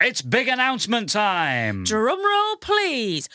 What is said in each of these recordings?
It's big announcement time. Drum roll, please.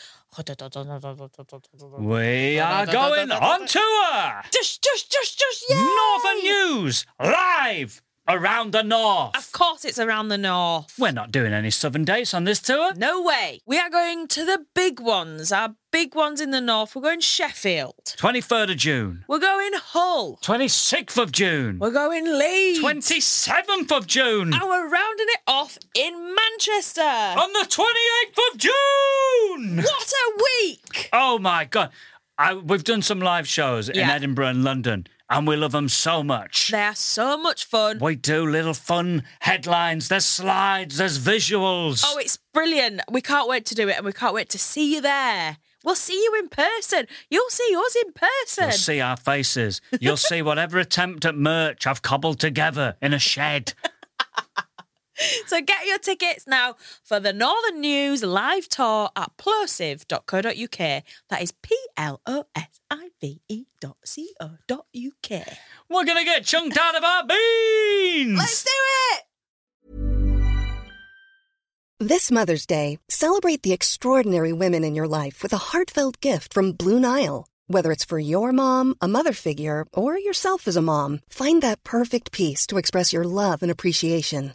We are going on tour. Just, just, just, just, yeah. Northern News live around the Of north. course, it's around the north. We're not doing any southern dates on this tour. No way. We are going to the big ones, our big ones in the north. We're going Sheffield. 23rd of June, We're going Hull. 26th of June, We're going Leeds. 27th of June, And we're rounding it off in Manchester. on the 28th of June. What a week! Oh my God. I, we've done some live shows in Yeah. Edinburgh and London, and we love them so much. They are so much fun. We do little fun headlines, there's slides, there's visuals. Oh, it's brilliant. We can't wait to do it and we can't wait to see you there. We'll see you in person. You'll see us in person. You'll see our faces. You'll see whatever attempt at merch I've cobbled together in a shed. So get your tickets now for the Northern News live tour at plosive.co.uk. That is P L O S I V E dot C O dot UK. We're going to get chunked out of our beans. Let's do it! This Mother's Day, celebrate the extraordinary women in your life with a heartfelt gift from Blue Nile. Whether it's for your mom, a mother figure, or yourself as a mom, find that perfect piece to express your love and appreciation.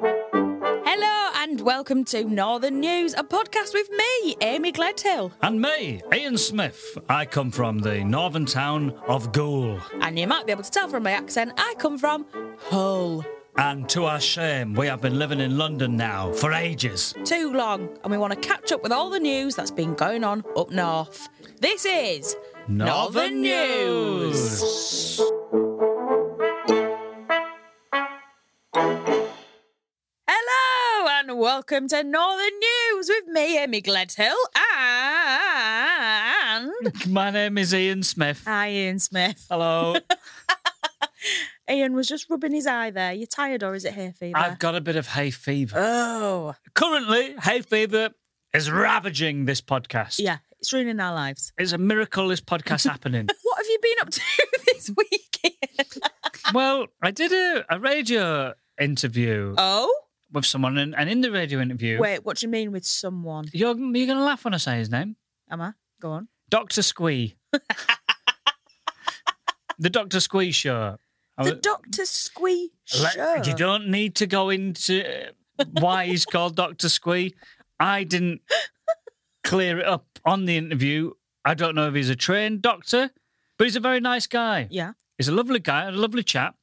Hello and welcome to Northern News, a podcast with me, Amy Gledhill. And me, Ian Smith. I come from the northern town of Goole. And you might be able to tell from my accent, I come from Hull. And to our shame, we have been living in London now for ages. Too long, and we want to catch up with all the news that's been going on up north. This is Northern News. Hello and welcome to Northern News with me, Amy Gledhill, and My name is Ian Smith. Ian Smith. Hello. Ian was just rubbing his eye there. You tired or is it hay fever? I've got a bit of hay fever. oh, Currently, hay fever is ravaging this podcast. yeah, it's ruining our lives. It's a miracle this podcast happening. What have you been up to this week? Ian? Well, I did a, a radio interview oh, with someone, and, and in the radio interview, wait, what do you mean with someone? you're, you're going to laugh when I say his name Emma, go on. Dr. Squee. the Dr. Squee show. I The was- Doctor Squee Let- show. You don't need to go into why he's called Dr. Squee. I didn't clear it up on the interview. I don't know if he's a trained doctor, but he's a very nice guy. Yeah. He's a lovely guy, a lovely chap,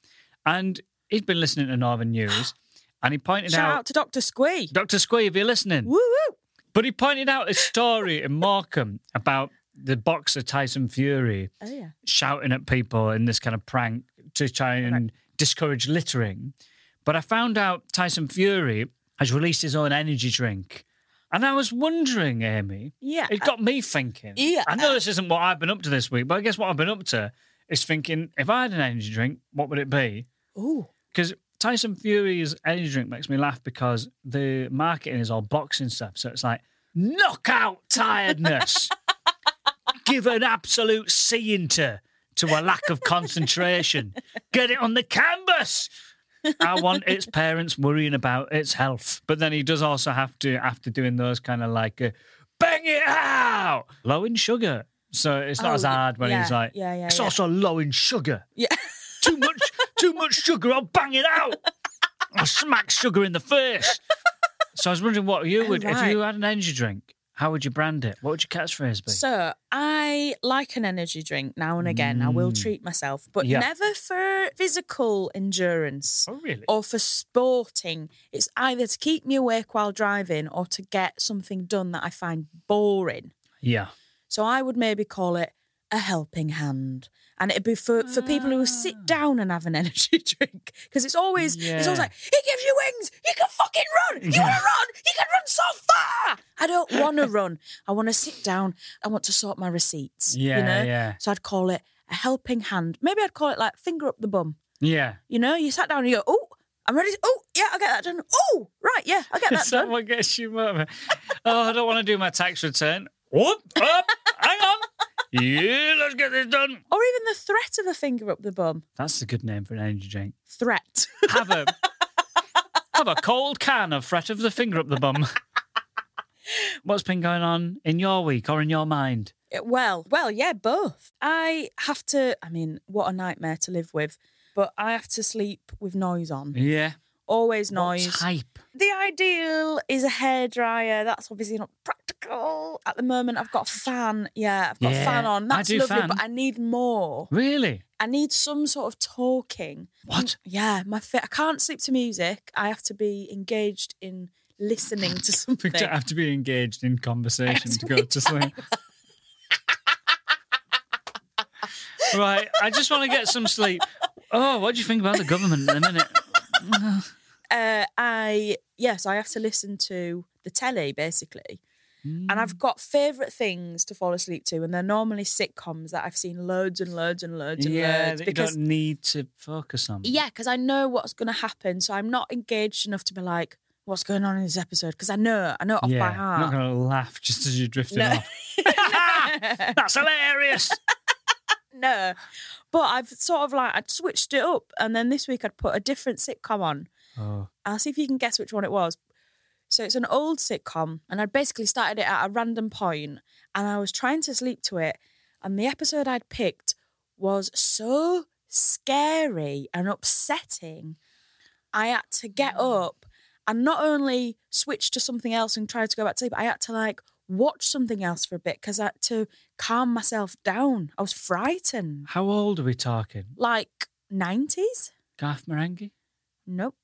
and he's been listening to Northern News. And he pointed Shout out out to Doctor Squee. Dr. Squee, if you're listening. Woo woo. But he pointed out a story in Markham about the boxer Tyson Fury Oh yeah. shouting at people in this kind of prank to try and discourage littering. But I found out Tyson Fury has released his own energy drink. And I was wondering, Amy, Yeah. it got me thinking. Uh, Yeah. I know this isn't what I've been up to this week, but I guess what I've been up to is thinking if I had an energy drink, what would it be? Ooh. because Tyson Fury's energy drink makes me laugh because the marketing is all boxing stuff. So it's like knockout tiredness, give an absolute seeing to to a lack of concentration. Get it on the canvas. I want its parents worrying about its health. But then he does also have to, after doing those kind of like, uh, bang it out, low in sugar. So it's not Oh, as hard when he's yeah, like, yeah, yeah, it's yeah. also low in sugar Yeah. too much, too much sugar. I'll bang it out. I'll smack sugar in the face. So I was wondering what you would, if Oh, Right. you had an energy drink, how would you brand it? What would your catchphrase be? So I like an energy drink now and again. I will Mm. treat myself, but Yeah. never for physical endurance oh, really? or for sporting. It's either to keep me awake while driving or to get something done that I find boring. Yeah. So I would maybe call it a helping hand. And it'd be for, for people who sit down and have an energy drink. Because it's always it's always Ah. Yeah. like, it gives you wings, you can fucking run. You wanna run, you can run so far. I don't wanna run. I wanna sit down. I want to sort my receipts. Yeah, You know? yeah. So I'd call it a helping hand. Maybe I'd call it like finger up the bum. Yeah. You know, you sat down and you go, oh, I'm ready. Oh, yeah, I'll get that done. Oh, right, yeah, I'll get that done. Someone gets you motivated. Oh, I don't want to do my tax return. Whoop, up, hang on. Yeah, let's get this done. Or even the threat of a finger up the bum. That's a good name for an energy drink. Threat. Have a have a cold can of fret of the finger up the bum. What's been going on in your week or in your mind? Uh, Well, well, yeah, both. I have to, I mean, what a nightmare to live with, but I have to sleep with noise on. Yeah. Always Mm. What noise. type? The ideal is a hairdryer. That's obviously not practical. At the moment, I've got a fan. Yeah, I've got Yeah, a fan on. I That's do lovely, fan. Mm. but I need more. Really? I need some sort of talking. What? Yeah, my fit. I can't sleep to music. I have to be engaged in listening to We something. don't have to be engaged in conversation to go to sleep. right. I just want to get some sleep. Oh, what do you think about the government in a minute? uh, I yes, I have to listen to the telly basically, and Mm. I've got favourite things to fall asleep to, and they're normally sitcoms that I've seen loads and loads and loads and Yeah, that loads you because Uh, don't need to focus on. yeah, because I know what's going to happen, so I'm not engaged enough to be like, what's going on in this episode? Because I know, I know it off yeah. by I'm not heart. going to laugh just as you're drifting No. off. That's hilarious. no, but I've sort of like I'd switched it up, and then this week I'd put a different sitcom on. Oh, I'll see if you can guess which one it was. So it's an old sitcom, and I'd basically started it at a random point, and I was trying to sleep to it, and the episode I'd picked was so scary and upsetting. I had to get up and not only switch to something else and try to go back to sleep, I had to like watch something else for a bit because I had to calm myself down. I was frightened. how old are we talking? Like 90s? Garth Marenghi? Nope,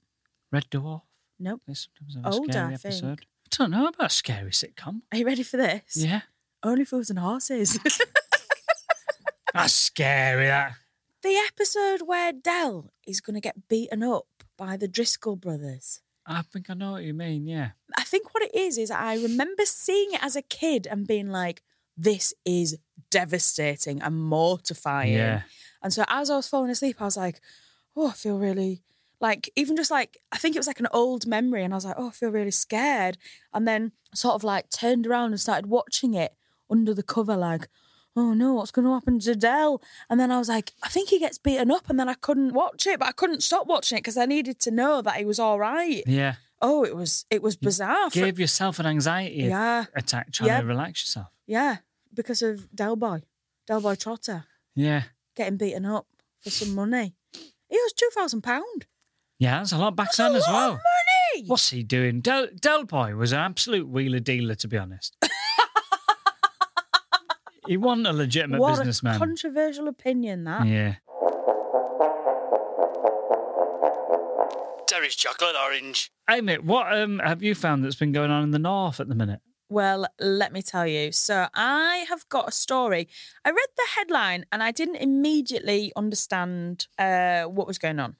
Red Dwarf? nope. There's sometimes Older, a scary I think. episode. I don't know about a scary sitcom. Are you ready for this? Yeah. Only Fools and Horses. That's scary, that. the episode where Dell is going to get beaten up by the Driscoll brothers. I think I know what you mean, yeah. I think what it is is I remember seeing it as a kid and being like, this is devastating and mortifying. Yeah. And so as I was falling asleep, I was like, oh, I feel really like even just like I think it was like an old memory, and I was like, oh, I feel really scared. And then sort of like turned around and started watching it under the cover, like, oh no, what's going to happen to Dell? And then I was like, I think he gets beaten up, and then I couldn't watch it, but I couldn't stop watching it because I needed to know that he was all right. Yeah. Oh, it was it was bizarre. for- Give yourself an anxiety yeah, attack trying Yeah. to relax yourself. yeah, because of Del Boy, Del Boy Trotter Yeah. getting beaten up for some money. He owes two thousand pound. Yeah, that's a lot back then as well. money. What's he doing? Del, Del Boy was an absolute wheeler dealer, to be honest. he wasn't a legitimate What businessman. a controversial opinion that. yeah. Terry's chocolate orange. Hey, mate, what um, have you found that's been going on in the north at the minute? Well, let me tell you. So I have got a story. I read the headline and I didn't immediately understand uh, what was going on.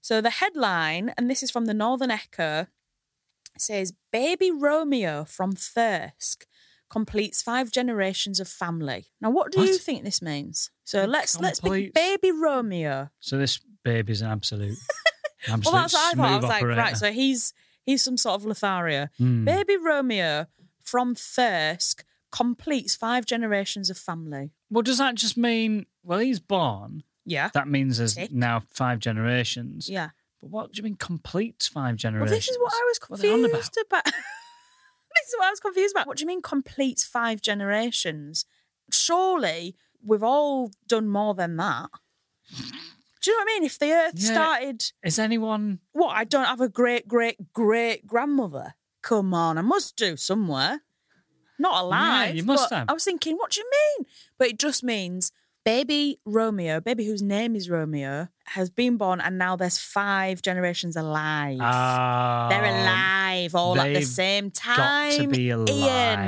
So the headline, and this is from the Northern Echo, says Baby Romeo from Thirsk completes five generations of family. Now, what do you What? think this means? So let's let's pick Completes. Baby Romeo. So this baby's an absolute, absolute Well, that's what I smooth thought. I was like, operator. right, so he's he's some sort of Lothario. Hmm. Baby Romeo from Thirsk completes five generations of family. Well, does that just mean? Well, he's born. Yeah. That means there's Tick. now five generations. Yeah. But what do you mean completes five Well, generations? this is what I was What are they on confused about? about. this is what I was confused about. What do you mean completes five generations? Surely we've all done more than that. Do you know what I mean? If the earth Yeah. started, Is anyone? what, I don't have a great, great, great grandmother. Come on, I must do somewhere. Not alive. you must but have. I was thinking, what do you mean? But it just means baby Romeo, baby whose name is Romeo, has been born and now there's five generations alive. Ah, They're alive all at the they've same time. Got to be alive.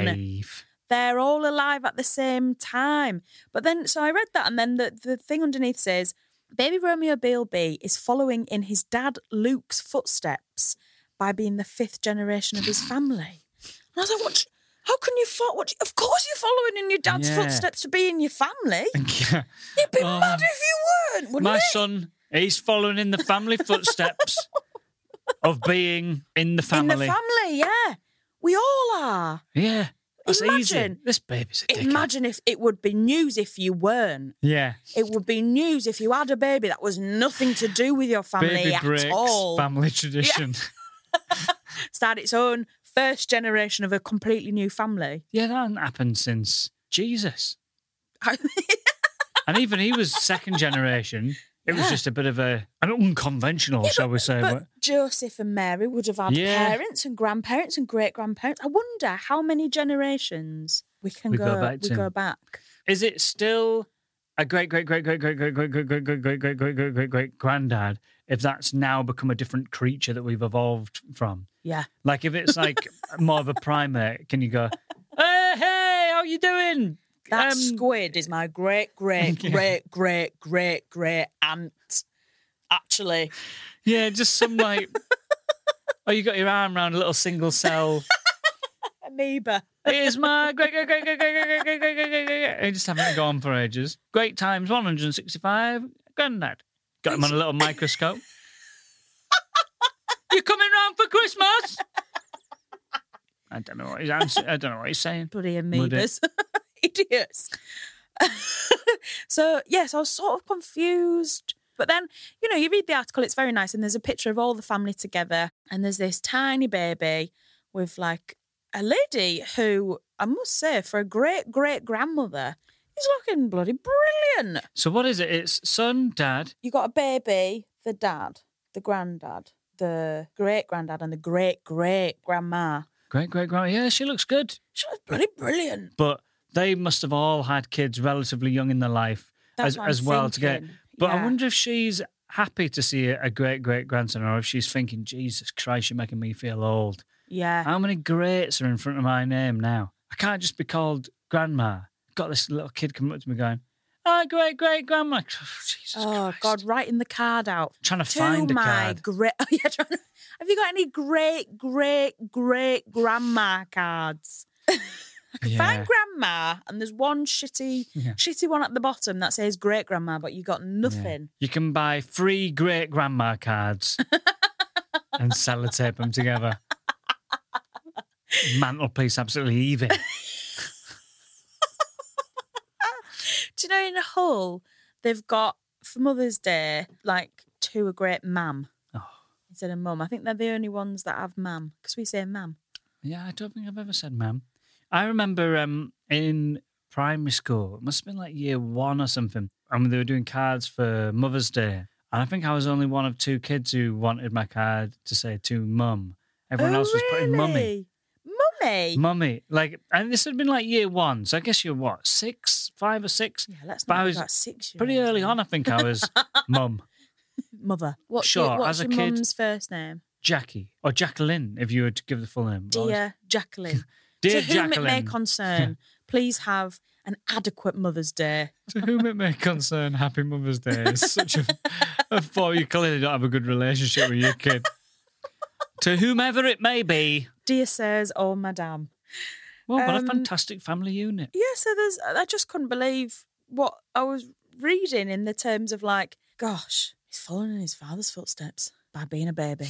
Ian. They're all alive at the same time. But then, so I read that, and then the, the thing underneath says Baby Romeo Bilby is following in his dad Luke's footsteps by being the fifth generation of his family. And I was like, what? How can you follow? What, of course, you're following in your dad's Yeah. footsteps to be in your family. Yeah. You'd be Oh. mad if you weren't, wouldn't My it? son, he's following in the family footsteps of being in the in family. the family, yeah. We all are. yeah. That's easy. Imagine- This baby's a dickhead. Imagine if it would be news if you weren't. Yeah. It would be news if you had a baby that was nothing to do with your family Baby at breaks all. family tradition. Start its own first generation of a completely new family. Yeah. that hasn't happened since Jesus. I- And even he was second generation. It was Yeah. just a bit of a an unconventional, shall we say. but but- Joseph and Mary would have had Yeah. parents and grandparents and great grandparents. I wonder how many generations we can We go, go back we to. go back. Is it still a great great great great great great great great great great great great great great great great granddad if that's now become a different creature that we've evolved from? Yeah. Like if it's like more of a primate, can you go, hey, hey how you doing? That Um, squid is my great, great, Yeah. great, great, great, great aunt. Actually, yeah, just some like, oh, you got your arm around a little single cell. amoeba. Here's my great great great great great great great great great great great. I just haven't gone for ages. Great times 165. Granddad got him on a little microscope. you coming round for Christmas? I don't know what he's answer- I don't know what he's saying. Bloody Would it? amoebas. Idiots. so, yes, I was sort of confused. But then, you know, you read the article, it's very nice. And there's a picture of all the family together. And there's this tiny baby with like a lady who, I must say, for a great great grandmother, is looking bloody brilliant. So what is it? It's son, dad. You got a baby, the dad, the granddad, the great granddad, and the great great grandma. Great great grandma. Yeah, she looks good. She was bloody brilliant. But they must have all had kids relatively young in their life That's as, what I'm as well to get. thinking. But I Yeah. wonder if she's happy to see a great great grandson or if she's thinking, Jesus Christ, you're making me feel old. Yeah. How many greats are in front of my name now? I can't just be called grandma. Got this little kid coming up to me going, Oh, great great grandma. Jesus Oh Christ. God, writing the card out. Trying to, To find a my card. great, oh, yeah, trying to- have you got any great, great, great grandma cards? I can Yeah. find grandma, and there's one shitty, Yeah. shitty one at the bottom that says great grandma, but you got Yeah. nothing. You can buy three great grandma cards and sellotape them together. Mantelpiece absolutely even. Do you know in Hull they've got for Mother's Day like to a great mam Oh. instead of mum. I think they're the only ones that have mam because we say mam. Yeah, I don't think I've ever said ma'am. I remember um, in primary school, it must have been like year one or something, and they were doing cards for Mother's Day. And I think I was only one of two kids who wanted my card to say to mum. Everyone Oh, else was putting mummy. really? Mummy. Mummy. Like, and this had been like year one. So I guess you're what, six, five or six? yeah, let's But I not be was about six. year Pretty olds, early eh? on, I think I was mum, mother. What's Sure, your, as what's a your kid- mum's first name? Jackie, or Jacqueline, if you were to give the full name. Well, it's- Dear Jacqueline. Dear to whom it may Jacqueline. concern, please have an adequate Mother's Day. To whom it may concern, Happy Mother's Day is such a, a thought. You clearly don't have a good relationship with your kid. to whomever it may be. Dear sirs or madame. Well, what Um, a fantastic family unit. Yeah, so there's I just couldn't believe what I was reading in the terms of like, gosh, he's following in his father's footsteps by being a baby.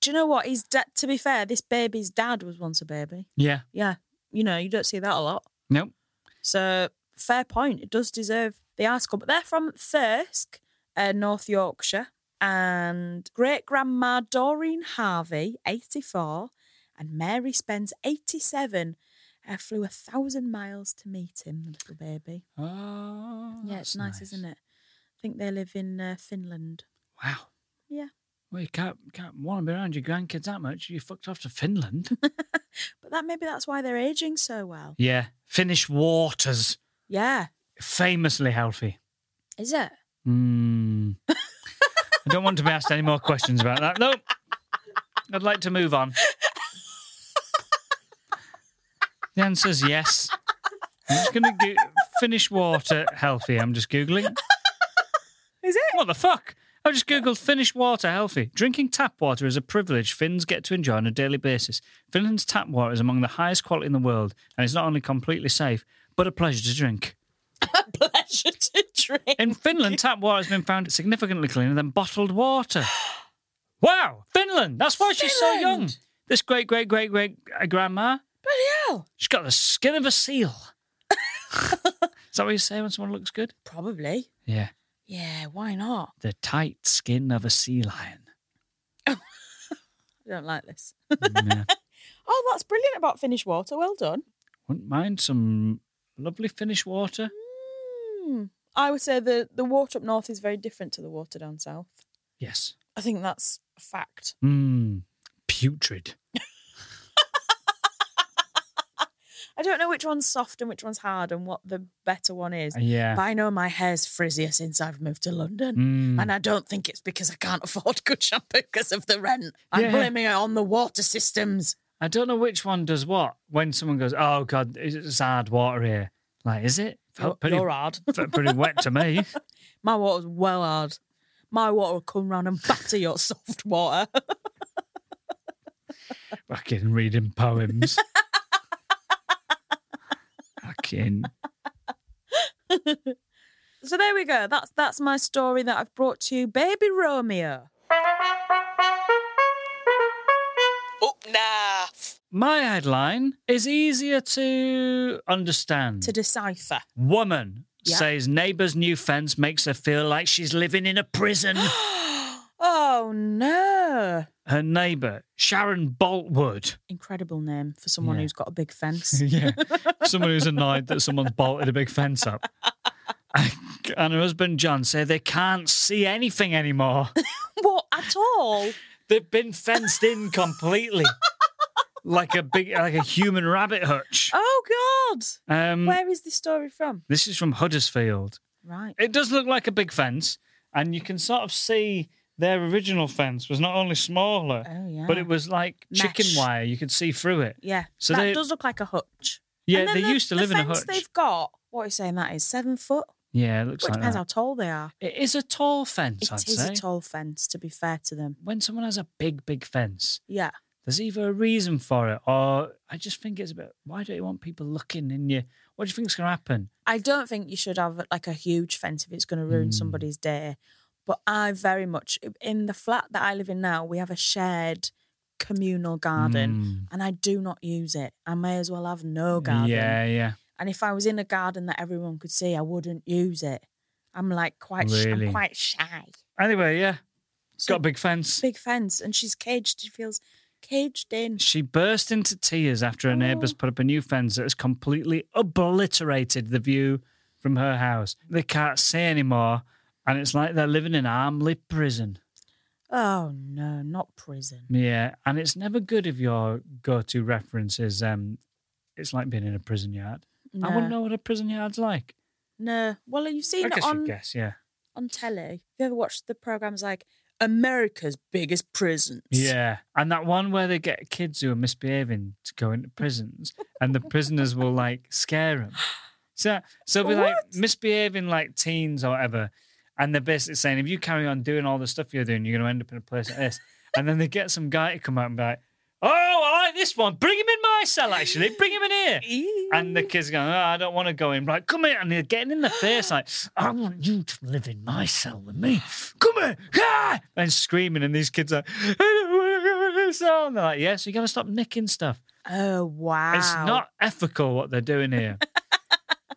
Do you know what? His dad to be fair, this baby's dad was once a baby. Yeah. Yeah. You know, you don't see that a lot. Nope. So fair point. It does deserve the article. But they're from Thirsk, uh, North Yorkshire. And great grandma Doreen Harvey, 84, and Mary Spence, 87, uh, flew a thousand miles to meet him, the little baby. Oh, yeah, it's nice, isn't it? I think they live in uh, Finland. Wow. Yeah. Well, you can't, can't want to be around your grandkids that much. You fucked off to Finland. But that maybe that's why they're aging so well. yeah. Finnish waters. Yeah, Famously healthy. is it? Hmm. I don't want to be asked any more questions about that. Nope. I'd like to move on. The answer's yes. I'm just going to go- finish water healthy. I'm just Googling. Is it? What the fuck? I've just googled Finnish water healthy. Drinking tap water is a privilege Finns get to enjoy on a daily basis. Finland's tap water is among the highest quality in the world, and it's not only completely safe, but a pleasure to drink. A pleasure to drink. In Finland, tap water has been found significantly cleaner than bottled water. Wow, Finland! That's why she's so young. Finland. This great, great, great, great uh, grandma, Bloody hell. she's got the skin of a seal. is that what you say when someone looks good? Probably. Yeah, Yeah, why not? the tight skin of a sea lion. I don't like this. Yeah. Oh, that's brilliant about Finnish water. Well done. Wouldn't mind some lovely Finnish water. Hmm. I would say the, the water up north is very different to the water down south. Yes. I think that's a fact. Mmm, putrid. I don't know which one's soft and which one's hard and what the better one is. But Uh, Yeah. I know my hair's frizzier since I've moved to London. Mm. And I don't think it's because I can't afford good shampoo because of the rent. I'm Yeah. blaming it on the water systems. I don't know which one does what when someone goes, oh, God, it's hard water here. Like, is it? You're, Felt pretty, you're hard. felt pretty wet to me. My water's well hard. My water will come round and batter your soft water. Fucking reading poems. Fucking. so there we go. That's that's my story that I've brought to you, baby Romeo. Oh nah. My headline is easier to understand. To decipher. Woman Yeah. says neighbour's new fence makes her feel like she's living in a prison. Oh no. her neighbour, Sharon Boltwood. Incredible name for someone Yeah. who's got a big fence. yeah. Someone who's annoyed that someone's bolted a big fence up. And her husband John say they can't see anything anymore. what at all? They've been fenced in completely. like a big like a human rabbit hutch. Oh God. Um Where is this story from? this is from Huddersfield. Right. It does look like a big fence, and you can sort of see their original fence was not only smaller, Oh yeah. but it was like chicken Mesh. wire. You could see through it. Yeah. So that they- does look like a hutch. Yeah, And then they the- used to the live in a fence hutch. They've got what are you saying? That is seven foot. Yeah, it looks Well, it like depends that. how tall they are. It is a tall fence, It I'd is say. a tall fence. To be fair to them, when someone has a big, big fence, yeah. there's either a reason for it or I just think it's a bit, why don't you want people looking in you? What do you think's going to happen? I don't think you should have like a huge fence if it's going to ruin Mm. somebody's day. But I very much in the flat that I live in now, we have a shared communal garden, Hmm. and I do not use it. I may as well have no Mm. garden. Yeah, yeah. And if I was in a garden that everyone could see, I wouldn't use it. I'm like quite, sh- I'm Really? quite shy. Anyway, yeah, it's So- got a big fence. Big fence, and she's caged. She feels caged in. She burst into tears after her Oh. neighbours put up a new fence that has completely obliterated the view from her house. They can't see anymore, and it's like they're living in Armley prison. Oh no, not prison. Yeah, and it's never good if your go-to reference is um, it's like being in a prison yard. No, I wouldn't know what a prison yard's like. no. Well, you've seen I it guess you on guess, yeah. on telly. Have you ever watched the programs like America's Biggest Prisons? Yeah. And that one where they get kids who are misbehaving to go into prisons and the prisoners will like scare them. So, so they'll be like What? misbehaving like teens or whatever. And they're basically saying, if you carry on doing all the stuff you're doing, you're going to end up in a place like this. And then they get some guy to come out and be like, oh, I like this one. Bring him in my cell, actually. Bring him in here. Eee. And the kids are going, oh, I don't want to go in. Right, come here. And they're getting in the face like, I want you to live in my cell with me. Come here. Ah! And screaming. And these kids are, I don't want to go in this cell. And they're like, yeah, so you got to stop nicking stuff. oh wow, It's not ethical what they're doing here.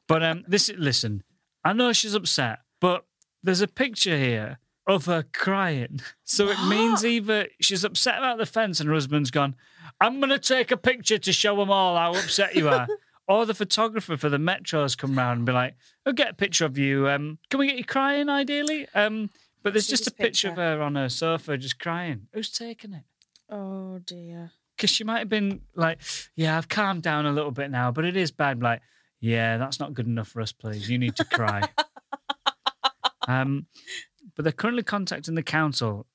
but um, this, listen, I know she's upset, but there's a picture here of her crying. So it means either she's upset about the fence and her husband's gone, I'm going to take a picture to show them all how upset you are. or the photographer for the metro has come round and be like, I'll get a picture of you. Um, can we get you crying ideally? Um, but there's See just a this picture of picture. her on her sofa just crying. Who's taking it? Oh dear. because she might have been like, "Yeah, I've calmed down a little bit now, but it is bad." Like, yeah, that's not good enough for us, please. You need to cry. um, but they're currently contacting the council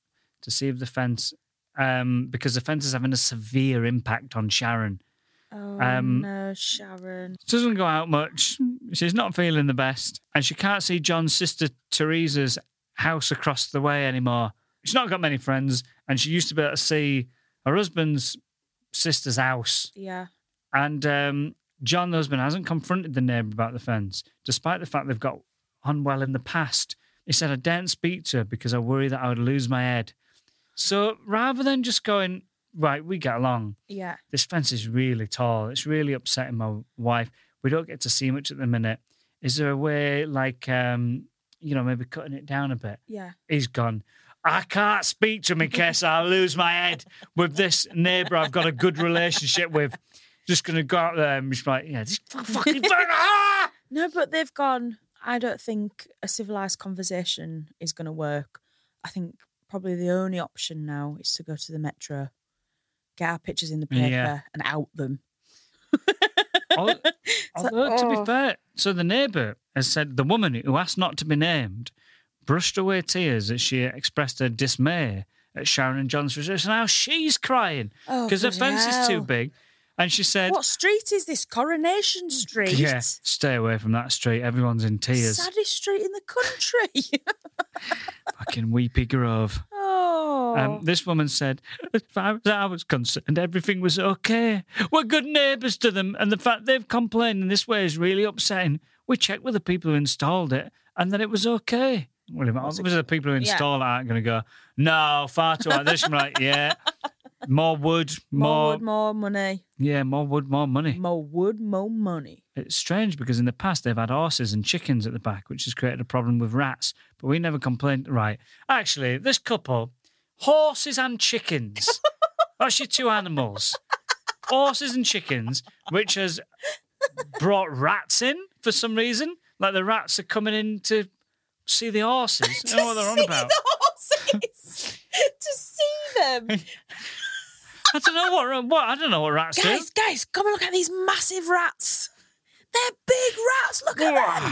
to see if the fence, um, because the fence is having a severe impact on Sharon. Oh Um, no, Sharon. She doesn't go out much. She's not feeling the best, and she can't see John's sister Teresa's house across the way anymore. She's not got many friends, and she used to be able to see her husband's sister's house. Yeah. And um, John, the husband, hasn't confronted the neighbour about the fence, despite the fact they've got on well in the past. He said, I daren't speak to her because I worry that I would lose my head. So rather than just going, right, we get along, Yeah. this fence is really tall. It's really upsetting my wife. We don't get to see much at the minute. Is there a way, like, um, you know, maybe cutting it down a bit? Yeah. He's gone. I can't speak to him in case I lose my head with this neighbour I've got a good relationship with. Just gonna go out there and just like, yeah, just fu- fucking burn ah! No, but they've gone. I don't think a civilized conversation is going to work. I think probably the only option now is to go to the metro, get our pictures in the paper, Yeah. and out them. Al- Although, to oh. be fair, so the neighbour has said the woman who asked not to be named brushed away tears as she expressed her dismay at Sharon and John's resistance. Now she's crying Oh, because the bloody fence is too hell. big. And she said, What street is this? Coronation Street. Yeah, stay away from that street. Everyone's in tears. Saddest street in the country. Fucking weepy grove. oh. Um, this woman said, as far as I was concerned, everything was okay. We're good neighbours to them, and the fact they've complained in this way is really upsetting. We checked with the people who installed it, and then it was okay. Well, if obviously the people who Yeah. install it aren't going to go, no, far too high. This, I'm like, yeah, more wood, more, more, wood, more money. yeah, more wood, more money. More wood, more money. It's strange because in the past they've had horses and chickens at the back, which has created a problem with rats. But we never complained. Right. Actually, this couple, horses and chickens. That's your two animals. Horses and chickens, which has brought rats in for some reason. Like the rats are coming in to see the horses. I don't know what they're on see about. the horses. to see them. I don't know what, what I don't know what rats Guys, guys, come and look at these massive rats. They're big rats. Look at them.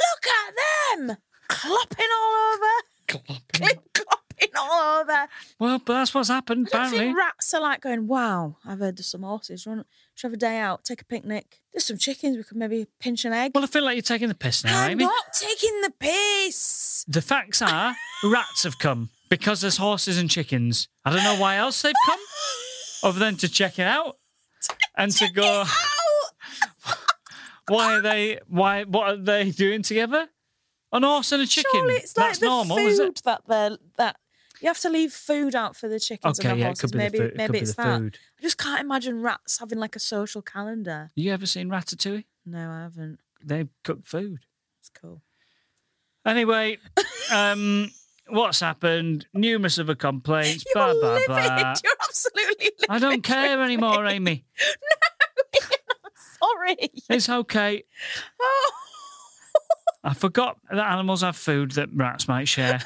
Look at them. Clopping all over. do. Mm. Clip clopping all over. Well, but that's what's happened, I apparently. think rats are like going, wow, I've heard there's some horses. Run, should have a day out, take a picnic. There's some chickens. We could maybe pinch an egg. well, I feel like you're taking the piss now, I'm Amy. not taking the piss. The facts are rats have come because there's horses and chickens. I don't know why else they've come other than to check it out and to go, Ow! why are they, why, what are they doing together? An horse and a chicken. Surely it's like That's the normal, food is it? that they're that you have to leave food out for the chickens Okay, and the yeah, it horses. could be maybe the food. it maybe could be it's the that. food. I just can't imagine rats having like a social calendar. You ever seen Ratatouille? No, I haven't. They cook food. It's cool. Anyway, um, what's happened? Numerous other complaints. You're blah, blah, livid. blah. You're absolutely livid. I don't care anymore, Amy. Sorry. It's okay. Oh, I forgot that animals have food that rats might share.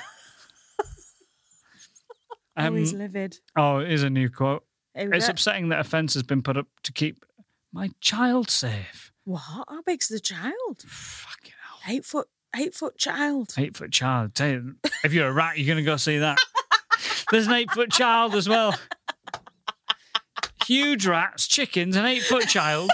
oh he's um, livid. oh, it is a new quote. Here we It's go. upsetting that a fence has been put up to keep my child safe. what? How big's the child? Fucking hell. Eight foot, eight foot child. Eight foot child. Tell you, if you're a rat, you're going to go see that. There's an eight foot child as well. Huge rats, chickens, an eight foot child.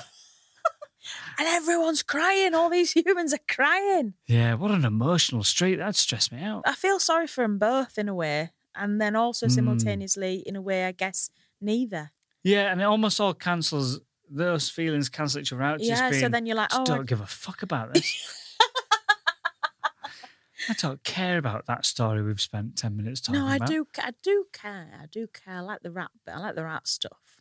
And everyone's crying. All these humans are crying. Yeah, what an emotional street. That'd stress me out. I feel sorry for them both in a way, and then also Hmm. Mm. simultaneously in a way, I guess neither. Yeah, and it almost all cancels, those feelings cancel each other out. Just yeah. So being- then you're like, Just oh, I don't give a fuck about this. I don't care about that story we've spent 10 minutes talking No, I about. do. ca- I do care. I do care. I like the rap. bit. I like the rap stuff.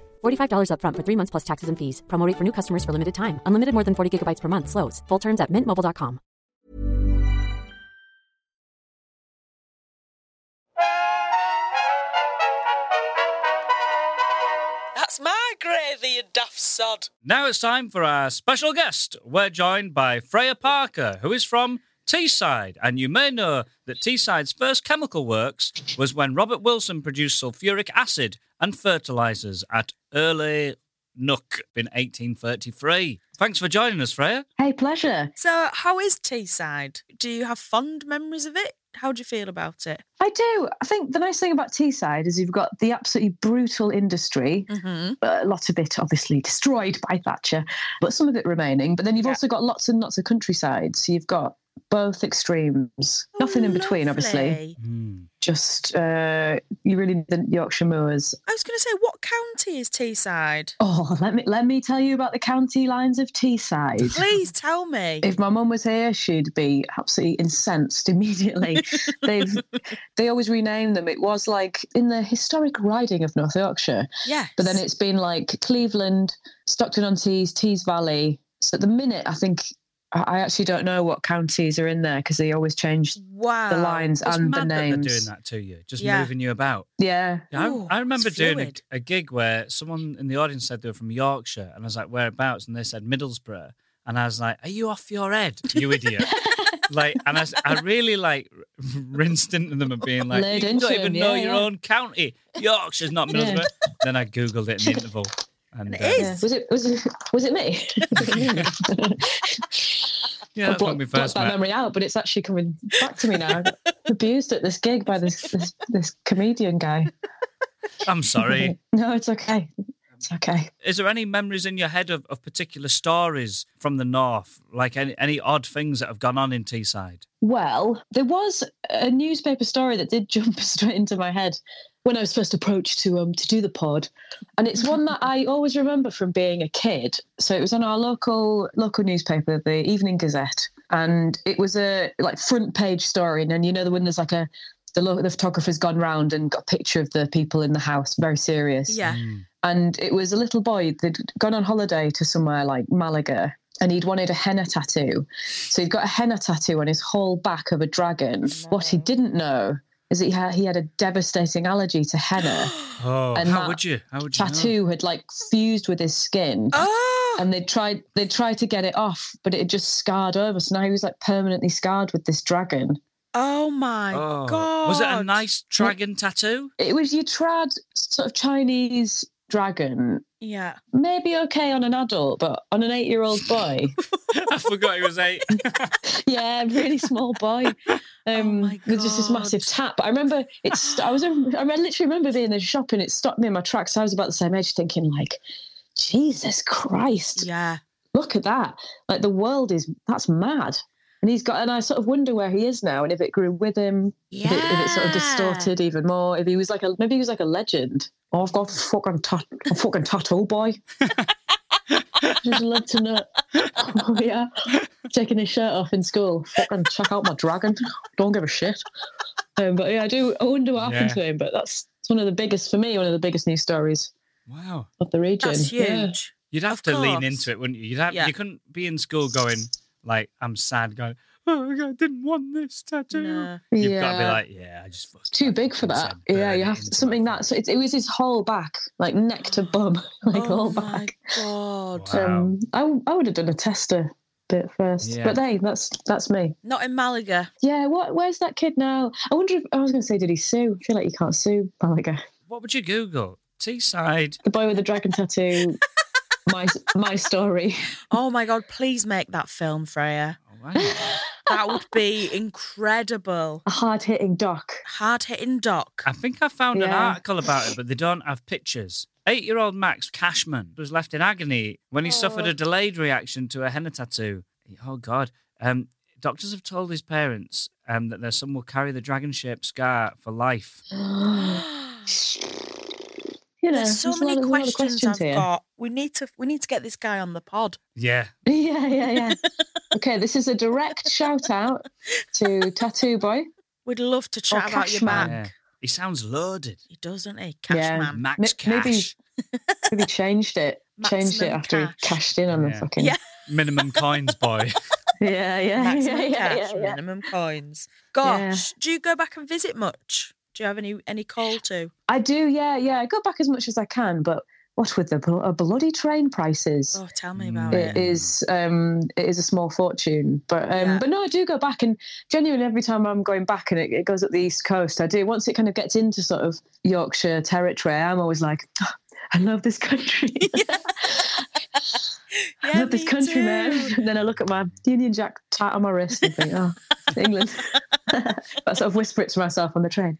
$45 upfront for three months plus taxes and fees. Promo rate for new customers for limited time. Unlimited more than 40 gigabytes per month. Slows. Full terms at mintmobile.com. That's my gravy, you daft sod. now it's time for our special guest. We're joined by Freya Parker, who is from Teesside, and you may know that Teesside's first chemical works was when Robert Wilson produced sulfuric acid and fertilizers at Early Nook in 1833. Thanks for joining us, Freya. Hey, pleasure. So, how is Teesside? Do you have fond memories of it? How do you feel about it? I do. I think the nice thing about Teesside is you've got the absolutely brutal industry, Mm-hmm. a lot of it obviously destroyed by Thatcher, but some of it remaining. But then you've Yeah. also got lots and lots of countryside. So you've got both extremes, Oh, nothing in between, obviously. Just uh, you really need the Yorkshire moors. I was going to say, what county is Teesside? Oh, let me let me tell you about the county lines of Teesside. Please tell me. if my mum was here, she'd be absolutely incensed immediately. They've they always rename them. It was like in the historic riding of North Yorkshire, Yes. but then it's been like Cleveland, Stockton on Tees, Tees Valley. So at the minute, I think I I actually don't know what counties are in there because they always change. wow. the lines It's and the mad that they're doing names. that to you, just Yeah. moving you about. Yeah, Yeah, I- Ooh, I, remember it's doing a, fluid. a gig where someone in the audience said they were from Yorkshire, and I was like, "Whereabouts?" And they said Middlesbrough, and I was like, "Are you off your head, you idiot?" like, and I, s- I really like rinsed into them and being like, Laid "You don't into even 'em, know yeah, your yeah. own county. Yorkshire's not Yeah. Middlesbrough." Then I googled it in the interval, and, it uh, is. yeah. Was it was it was it me? yeah, I that's when blocked, we blocked first that met. memory out, but it's actually coming back to me now. Abused at this gig by this this, this comedian guy. I'm sorry. No, it's okay. It's okay. Is there any memories in your head of, of particular stories from the north, like any, any odd things that have gone on in Teesside? Well, there was a newspaper story that did jump straight into my head when I was first approached to um to do the pod, and it's one that I always remember from being a kid. So it was on our local local newspaper, the Evening Gazette, and it was a like front page story. And then you know the when there's like a the, lo- the photographer's gone round and got a picture of the people in the house, very serious. Yeah. Hmm. and it was a little boy that'd gone on holiday to somewhere like Malaga and he'd wanted a henna tattoo. So he'd got a henna tattoo on his whole back of a dragon. What he didn't know is that he had, he had a devastating allergy to henna. Oh, And how that would you? How would you? know? tattoo had like fused with his skin. Oh. And they tried they tried to get it off, but it had just scarred over. So now he was like permanently scarred with this dragon. Oh my Oh, god. Was it a nice dragon tattoo? It was your trad sort of Chinese dragon. Yeah. Maybe okay on an adult, but on an eight year old boy. I forgot he was eight. yeah, really small boy. Um, Oh my With just this God. massive tap. I remember it's. I was. I literally remember being in the shop and it stopped me in my tracks. I was about the same age, thinking like, Jesus Christ, Yeah. look at that! Like the world is that's mad. And he's got. And I sort of wonder where he is now, and if it grew with him, if, it, if it sort of distorted even more, if he was like a maybe he was like a legend. Oh, I've got a fucking tat, a fucking tattoo boy. Just love to know. Oh, yeah, taking his shirt off in school. Fucking check out my dragon. Don't give a shit. Um, but yeah, I do. I wonder what happened Yeah. to him. But that's it's one of the biggest for me. One of the biggest news stories Wow. of the region. That's Yeah. huge. You'd have Of to lean course. into it, wouldn't you? You'd have, Yeah. You couldn't be in school going, like, I'm sad, going, oh, I didn't want this tattoo. No. You've got to be Yeah. like, yeah, I just. fucking It's too like big for this, that. I burn Yeah, you it have into to, my something face." that. So it, it was his whole back, like neck to bum, like oh whole my back. god. Wow. Um, I, w- I would have done a tester bit first, Yeah. but hey, that's that's me. Not in Malaga. Yeah, what? Where's that kid now? I wonder if I was going to say, did he sue? I feel like you can't sue Malaga. What would you Google? Teesside. The boy with the dragon tattoo. my my story. Oh my god, please make that film, Freya. Oh, wow. That would be incredible. A hard hitting doc. Hard hitting doc. I think I found an Yeah. article about it, but they don't have pictures. Eight year old Max Cashman was left in agony when he suffered a delayed reaction to a henna tattoo. Oh, God. Um, doctors have told his parents um, that their son will carry the dragon shaped scar for life. Ah. You know, There's so a many lot, questions, of- there's a lot of questions I've here. got. We need to we need to get this guy on the pod. Yeah. Yeah, yeah, yeah. okay, this is a direct shout out to Tattoo Boy. We'd love to chat about your Oh, Cashman. back. yeah. He sounds loaded. He does, doesn't he? Yeah. Cashman. Max Ma- Cash. maybe- Maybe changed it. changed it Maximum after cash. he cashed in on Yeah. the fucking. Yeah. Minimum coins boy. yeah, yeah, yeah, Maximum yeah, yeah, cash, yeah. minimum coins. Gosh, do you go back and visit much? Do you have any any call to? I do, yeah, yeah. I go back as much as I can, but what with the bl- uh, bloody train prices? Oh, tell me about Mm. it. it is um it is a small fortune but um Yeah. but no i do go back and genuinely every time i'm going back and it, it goes up the east coast i do once it kind of gets into sort of yorkshire territory i'm always like "Oh, i love this country i Yeah, love this me country too. man and then i look at my union jack tight on my wrist and think oh england i sort of whisper it to myself on the train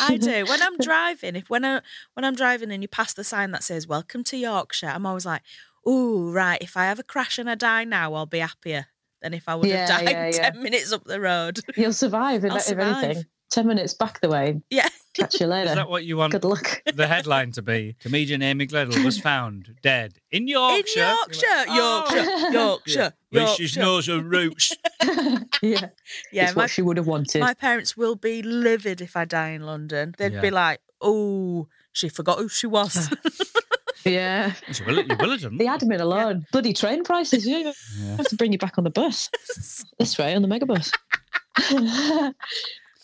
I do. When I'm driving, if when I when I'm driving and you pass the sign that says "Welcome to Yorkshire," I'm always like, "Ooh, right. If I have a crash and I die now, I'll be happier than if I would Yeah, have died yeah, yeah. ten minutes up the road." you'll survive if, I'll if survive. anything 10 minutes back the way Yeah, catch you Is later that what you want good luck the headline to be? Comedian Amy Gliddell was found dead in Yorkshire. Oh. in Yorkshire, Yorkshire, Yorkshire, Where she Yorkshire. knows her roots. yeah Yeah, it's my, what she would have wanted. my parents will be livid if I die in London. They'd Yeah. be like, "Ooh, she forgot who she was." yeah. It's Will- you will have done. The admin alone. Bloody train prices. You don't even have to bring you back on the bus. this way, on the megabus.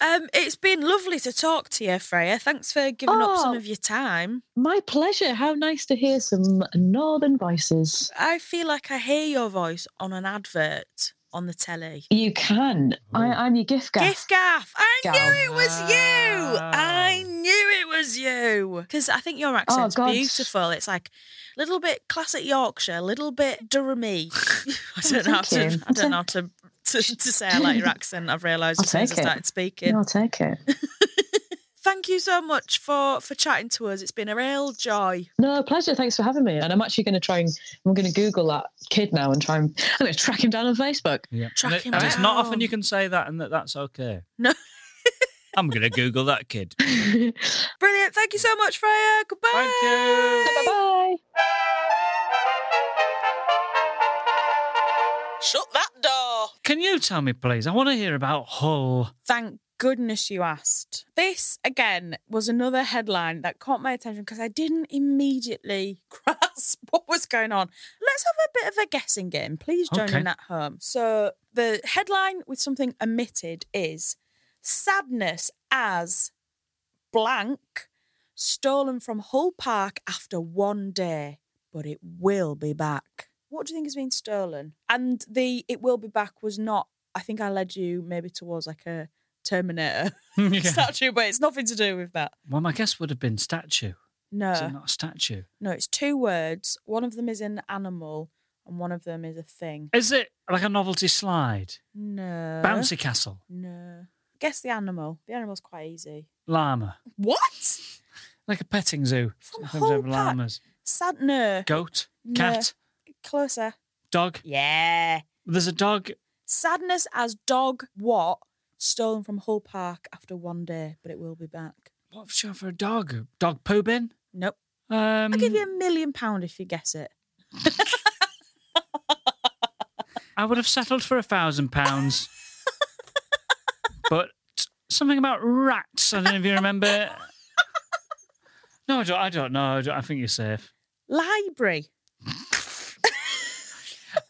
um, it's been lovely to talk to you, Freya. Thanks for giving up some Oh. of your time. my pleasure. How nice to hear some northern voices. I feel like I hear your voice on an advert on the telly. You can. I, I'm your gift guy. Gift gaff. I Gaff. knew it was you. Wow. I knew it was you. Because I think your accent's Oh, God. beautiful. It's like a little bit classic Yorkshire, a little bit Durhamy. I don't know how Oh, thank to you. I don't know how to to, to say I like your accent. I've realised I'll as soon as I take it. started speaking. I'll take it. Thank you so much for for chatting to us. It's been a real joy. No, pleasure. Thanks for having me. And I'm actually going to try and I'm going to Google that kid now and try and I'm going to track him down on Facebook. Yeah. Track and, it- him and it's not often down. you can say that and that that's okay. No. I'm going to Google that kid. Brilliant. Thank you so much, Freya. Goodbye. Thank you. Bye bye. Shut that door. Can you tell me, please? I want to hear about Hull. Thank goodness you asked. This, again, was another headline that caught my attention because I didn't immediately grasp what was going on. Let's have a bit of a guessing game. Please join Okay. in at home. So, the headline with something omitted is Sadness as blank stolen from Hull Park after one day, but it will be back. What do you think has been stolen? And the it will be back was not, I think I led you maybe towards like a Terminator Yeah. statue, but it's nothing to do with that. Well, my guess would have been statue. No, Is it not a statue? no, it's two words. One of them is an animal and one of them is a thing. Is it like a novelty slide? No. Bouncy castle? No. Guess the animal. The animal's quite easy. Llama? What? Like a petting zoo? From Sometimes Hull they have Park. llamas. Sad no. Goat? No. Cat? Closer. Dog? Yeah. There's a dog. Sadness as dog what stolen from Hull Park after one day, but it will be back. What show for a dog? Dog poo bin? Nope. Um, I'll give you a million pound if you guess it. I would have settled for a thousand pounds. But something about rats. I don't know if you remember. No, I don't. I don't know. I, don't- I think you're safe. Library.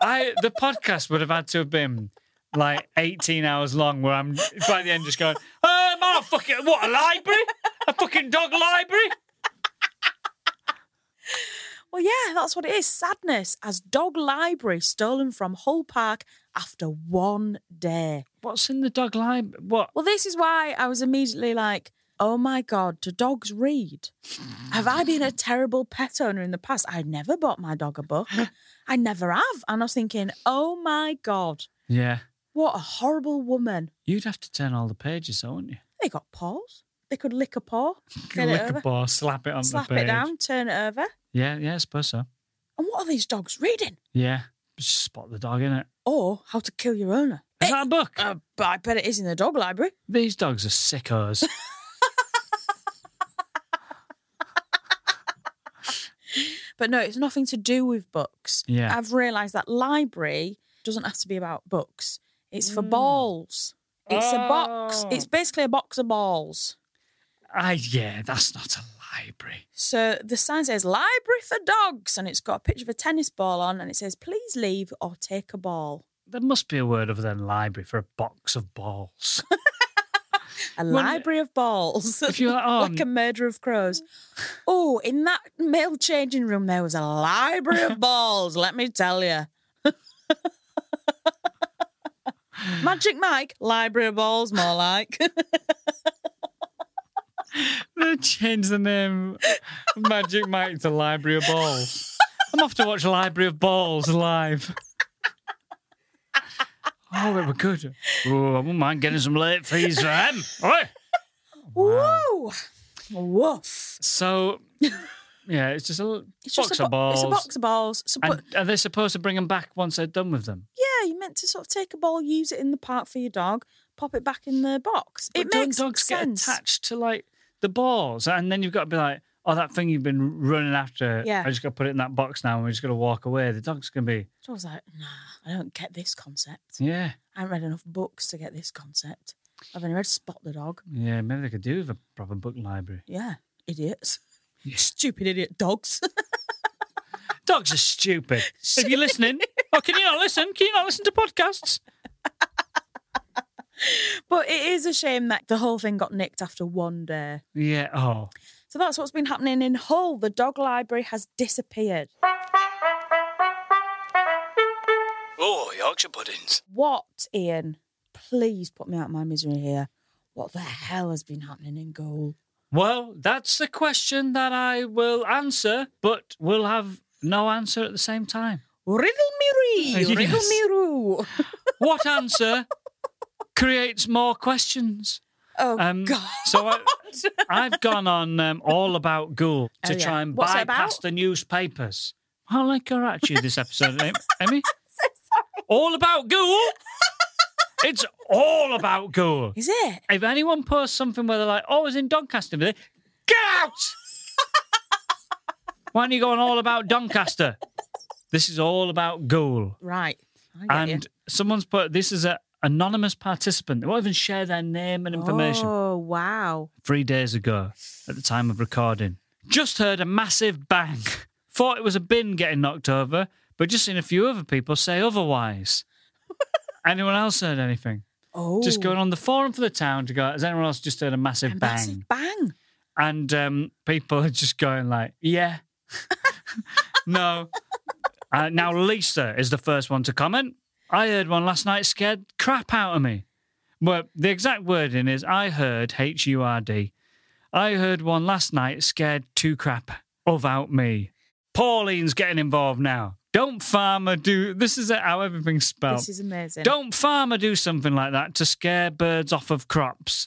I the podcast would have had to have been like 18 hours long, where I'm by the end just going, "Oh man, I fucking what a library, a fucking dog library." Well, yeah, that's what it is. Sadness as dog library stolen from Hull Park after one day. What's in the dog library? What? Well, this is why I was immediately like, oh my God, do dogs read? Have I been a terrible pet owner in the past? I never bought my dog a book. I never have. And I was thinking, oh my God, Yeah, what a horrible woman. you'd have to turn all the pages, though, wouldn't you? They got paws. They could lick a paw, turn Lick it over, a paw, slap it on slap the page. it down, turn it over. Yeah, yeah, I suppose so. And what are these dogs reading? Yeah, just spot the dog in it. Or how to kill your owner. Is that a book? Uh, but I bet it is in the dog library. These dogs are sickos. But no, it's nothing to do with books. Yeah. I've realised that library doesn't have to be about books. It's for balls. It's a box. Oh. It's basically a box of balls. I yeah, that's not a library. So the sign says library for dogs and it's got a picture of a tennis ball on and it says please leave or take a ball. There must be a word other than library for a box of balls. a Well, library of balls. if you're like, oh, like Um, a murder of crows. Oh, in that male changing room, there was a library of balls. Let me tell you. Magic Mike, library of balls, more like. I'm gonna change the name of Magic Mike to Library of Balls. I'm off to watch Library of Balls live. Oh, they were good. Oh, I wouldn't mind getting some late fees for them. Oi. Whoa, woof! So, yeah, it's just a little It's box just a of bo- balls. It's a box of balls. So, but And are they supposed to bring them back once they're done with them? yeah, you meant to sort of take a ball, use it in the park for your dog, pop it back in the box. It But don't makes dogs sense. get attached to like the balls, and then you've got to be like, oh, that thing you've been running after. Yeah. I just got to put it in that box now, and we're just going to walk away. The dog's going to be, So I was like, nah, I don't get this concept. yeah, I haven't read enough books to get this concept. I've only read Spot the Dog. yeah. Maybe they could do with a proper book library. Yeah, idiots. Stupid idiot dogs. Dogs are stupid. if you're listening, oh, can you not listen? Can you not listen to podcasts? but it is a shame that the whole thing got nicked after one day. Yeah. Oh, So that's what's been happening in Hull. The dog library has disappeared. oh, Yorkshire puddings. What, Ian? Please put me out of my misery here. What the hell has been happening in Goal? well, that's the question that I will answer, but we'll have no answer at the same time. Riddle me ree, Yes. riddle me roo. What answer creates more questions? Oh Um, God! So I, I've gone on um, all about Ghoul Oh, to yeah. try and What's it bypass about? the newspapers. I like your attitude this episode, Em- Emmy. All about Ghoul. it's all about Ghoul. Is it? If anyone posts something where they're like, "Oh, I was in Doncaster," today," get out. Why aren't you going all about Doncaster? This is all about Ghoul. Right. I get And you. someone's put this is a anonymous participant. They won't even share their name and information Oh wow! three days ago at the time of recording. Just heard a massive bang. Thought it was a bin getting knocked over, but just seen a few other people say otherwise. anyone else heard anything? Oh, Just going on the forum for the town to go, has anyone else just heard a massive a bang? massive bang. And um, people are just going like, yeah, no. Uh, now, Lisa is the first one to comment. I heard one last night scared crap out of me. Well, the exact wording is I heard H U R D. I heard one last night scared to crap about me. Pauline's getting involved now. Don't farmer do. This is how everything's spelled. This is amazing. Don't farmer do something like that to scare birds off of crops.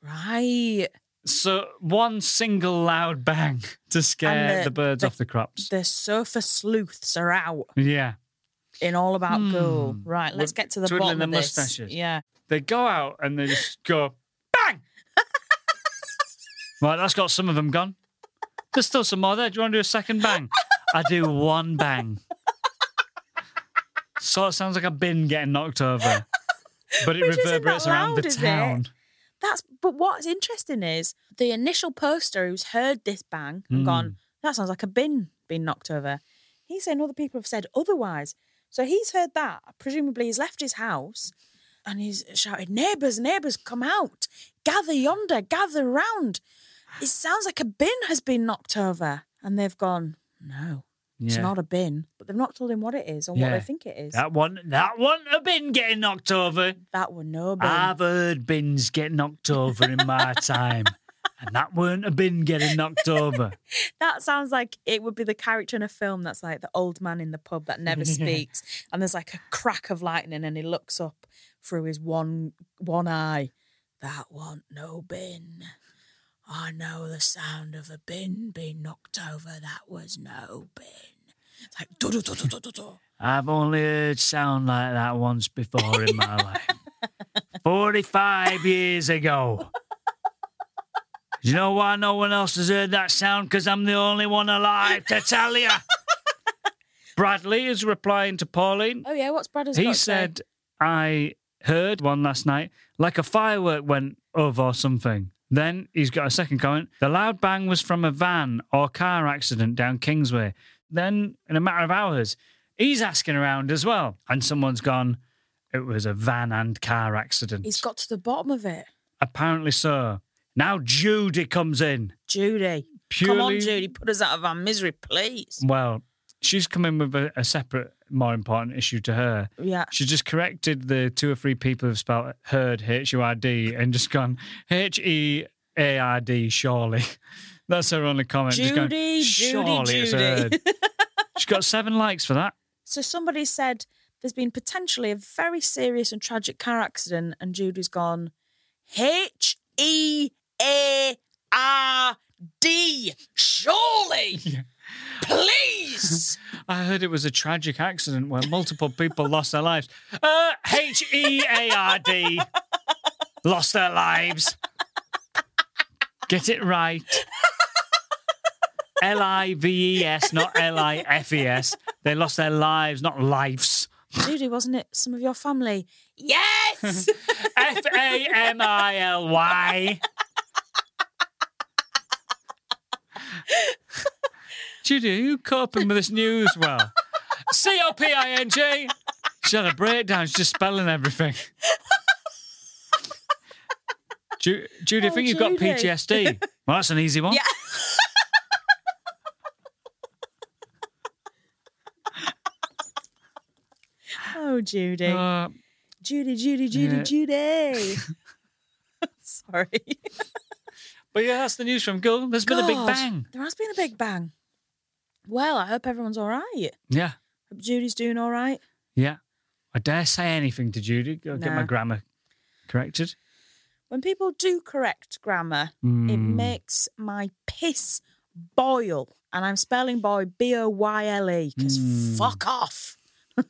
Right. So one single loud bang to scare the- the, birds the- off the crops. The surfer sleuths are out yeah, in all about Ghoul. Hmm. Right. Let's With get to the twiddling bottom the of this. mustaches. Yeah. they go out and they just go bang. right, that's got some of them gone. There's still some more there. Do you want to do a second bang? I do one bang. Sort of sounds like a bin getting knocked over, but it Which isn't that reverberates around loud, the is it? town. That's. But what's interesting is the initial poster who's heard this bang and Hmm. gone. That sounds like a bin being knocked over. He's saying other people have said otherwise. So he's heard that. Presumably, he's left his house and he's shouted, "Neighbours, neighbours, come out! Gather yonder, gather round! It sounds like a bin has been knocked over." And they've gone, "No, It's Yeah. not a bin, but they've not told him what it is or what Yeah. they think it is. That, That one, that one, a bin getting knocked over. were Ah, no bin. I've heard bins get knocked over in my time, and that weren't a bin getting knocked over. that sounds like it would be the character in a film that's like the old man in the pub that never speaks, and there's like a crack of lightning, and he looks up through his one one eye. That want no bin. I know the sound of a bin being knocked over. That was no bin. It's like do do do do do do. I've only heard sound like that once before in my life. 45 years ago. You know why no one else has heard that sound? Because I'm the only one alive to tell you. Bradley is replying to Pauline. Oh yeah, what's Brad has got He to say? said, I heard one last night, like a firework went over or something. Then he's got a second comment. The loud bang was from a van or car accident down Kingsway. Then, in a matter of hours, he's asking around as well. And someone's gone, it was a van and car accident. he's got to the bottom of it. Apparently so. Now Judy comes in. Judy. Come on, Purely- Judy, put us out of our misery, please. Well, she's come in with a, a separate, more important issue to her. Yeah. She just corrected the two or three people who've spelled herd H U R D and just gone H E A R D surely. That's her only comment. just going, Judy, Judy, surely it's Judy." herd. She's got seven likes for that. So somebody said there's been potentially a very serious and tragic car accident, and Judy's gone H E A R D. Surely, please. I heard it was a tragic accident where multiple people lost their lives. Uh, H E A R D lost their lives. Get it right. L I V E S, not L I F E S. They lost their lives, not lives. Judy, wasn't it some of your family? Yes. F A M I L Y. Judy, are you coping with this news well? C O P I N G. She had a breakdown. She's just spelling everything. Ju- Judy, I Oh, think you've got Judy. PTSD. Well, that's an easy one. Yeah. oh, Judy. Uh, Judy, Judy, Judy, yeah. Judy. Sorry. but yeah, that's the news from Gull. There's been a big God, bang. There has been a big bang. Well, I hope everyone's all right. Yeah. Hope Judy's doing all right. Yeah. I dare say anything to Judy. Go get my Nah. grammar corrected. When people do correct grammar, it Mm. makes my piss boil. And I'm spelling boy B O Y L E because Hmm. fuck off. I,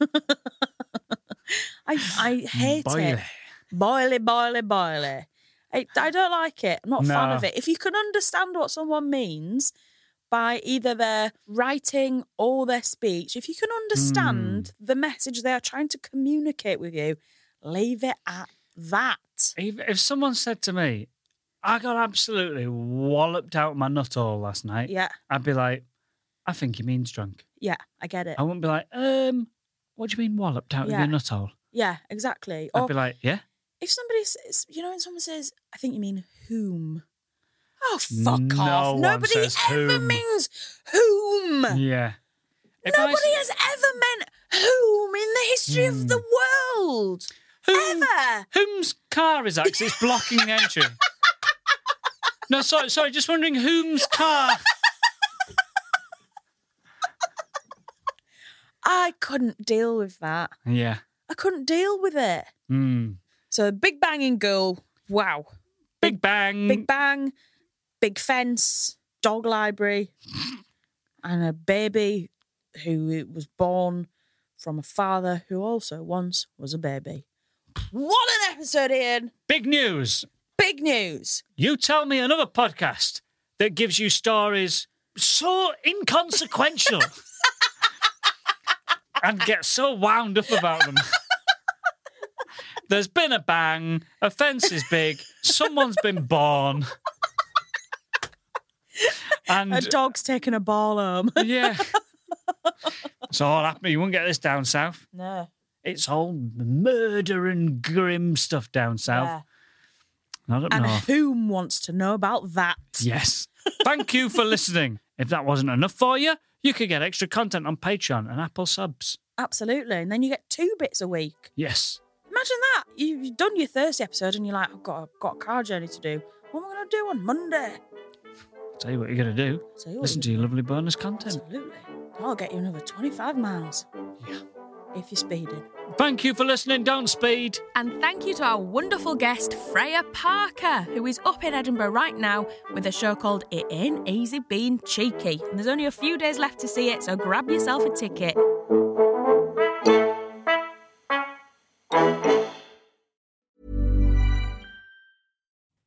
I Hmm, hate it. Boily. Boily, boily, boily. I, I don't like it. I'm not a fan No. of it. If you can understand what someone means by either their writing or their speech, if you can understand Hmm. the message they are trying to communicate with you, leave it at that. If, if someone said to me, I got absolutely walloped out my nut hole last night, Yeah, I'd be like, I think he means drunk. yeah, I get it. I wouldn't be like, um, what do you mean walloped out Yeah. Oh. of your nut hole? Yeah, exactly. I'd Or be like, yeah, if somebody says, you know, when someone says, I think you mean whom. Oh, fuck No off. one Nobody says ever whom. means whom. yeah. If I Nobody s- has ever meant whom in the history of the Hmm. world. Whom- Ever. Whom's car is that? 'Cause it's blocking the entry. no, sorry, sorry, just wondering whom's car. I couldn't deal with that. yeah. I couldn't deal with it. Mm. So, big banging girl. Wow. Big bang. Big bang, big fence, dog library, and a baby who was born from a father who also once was a baby. What an episode, Ian! Big news. Big news. You tell me another podcast that gives you stories so inconsequential and get so wound up about them. There's been a bang, a fence is big, someone's been born. And A dog's taking a ball home. yeah. It's all happening. You won't get this down south. no. It's all murder and grim stuff down south. Yeah. Not up And north. whom wants to know about that? Yes. Thank you for listening. If that wasn't enough for you, you could get extra content on Patreon and Apple subs. Absolutely. And then you get two bits a week. Yes. Imagine that. You- You've done your Thursday episode and you're like, I've got a, got a car journey to do. What am I going to do on Monday? Tell you what you're going to do. So you're Listen to your lovely bonus content. Absolutely. I'll get you another 25 miles. Yeah. If you're speeding. Thank you for listening. Don't speed. And thank you to our wonderful guest, Freya Parker, who is up in Edinburgh right now with a show called It Ain't Easy Being Cheeky. And there's only a few days left to see it, so grab yourself a ticket.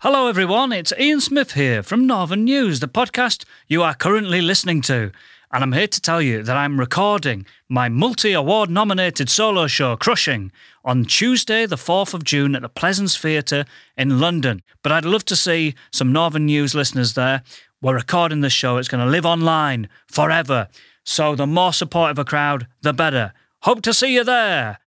Hello, everyone. It's Ian Smith here from Northern News, the podcast you are currently listening to. And I'm here to tell you that I'm recording my multi award nominated solo show, Crushing, on Tuesday, the 4th of June at the Pleasance Theatre in London. But I'd love to see some Northern News listeners there. We're recording this show, it's going to live online forever. So the more supportive a crowd, the better. Hope to see you there.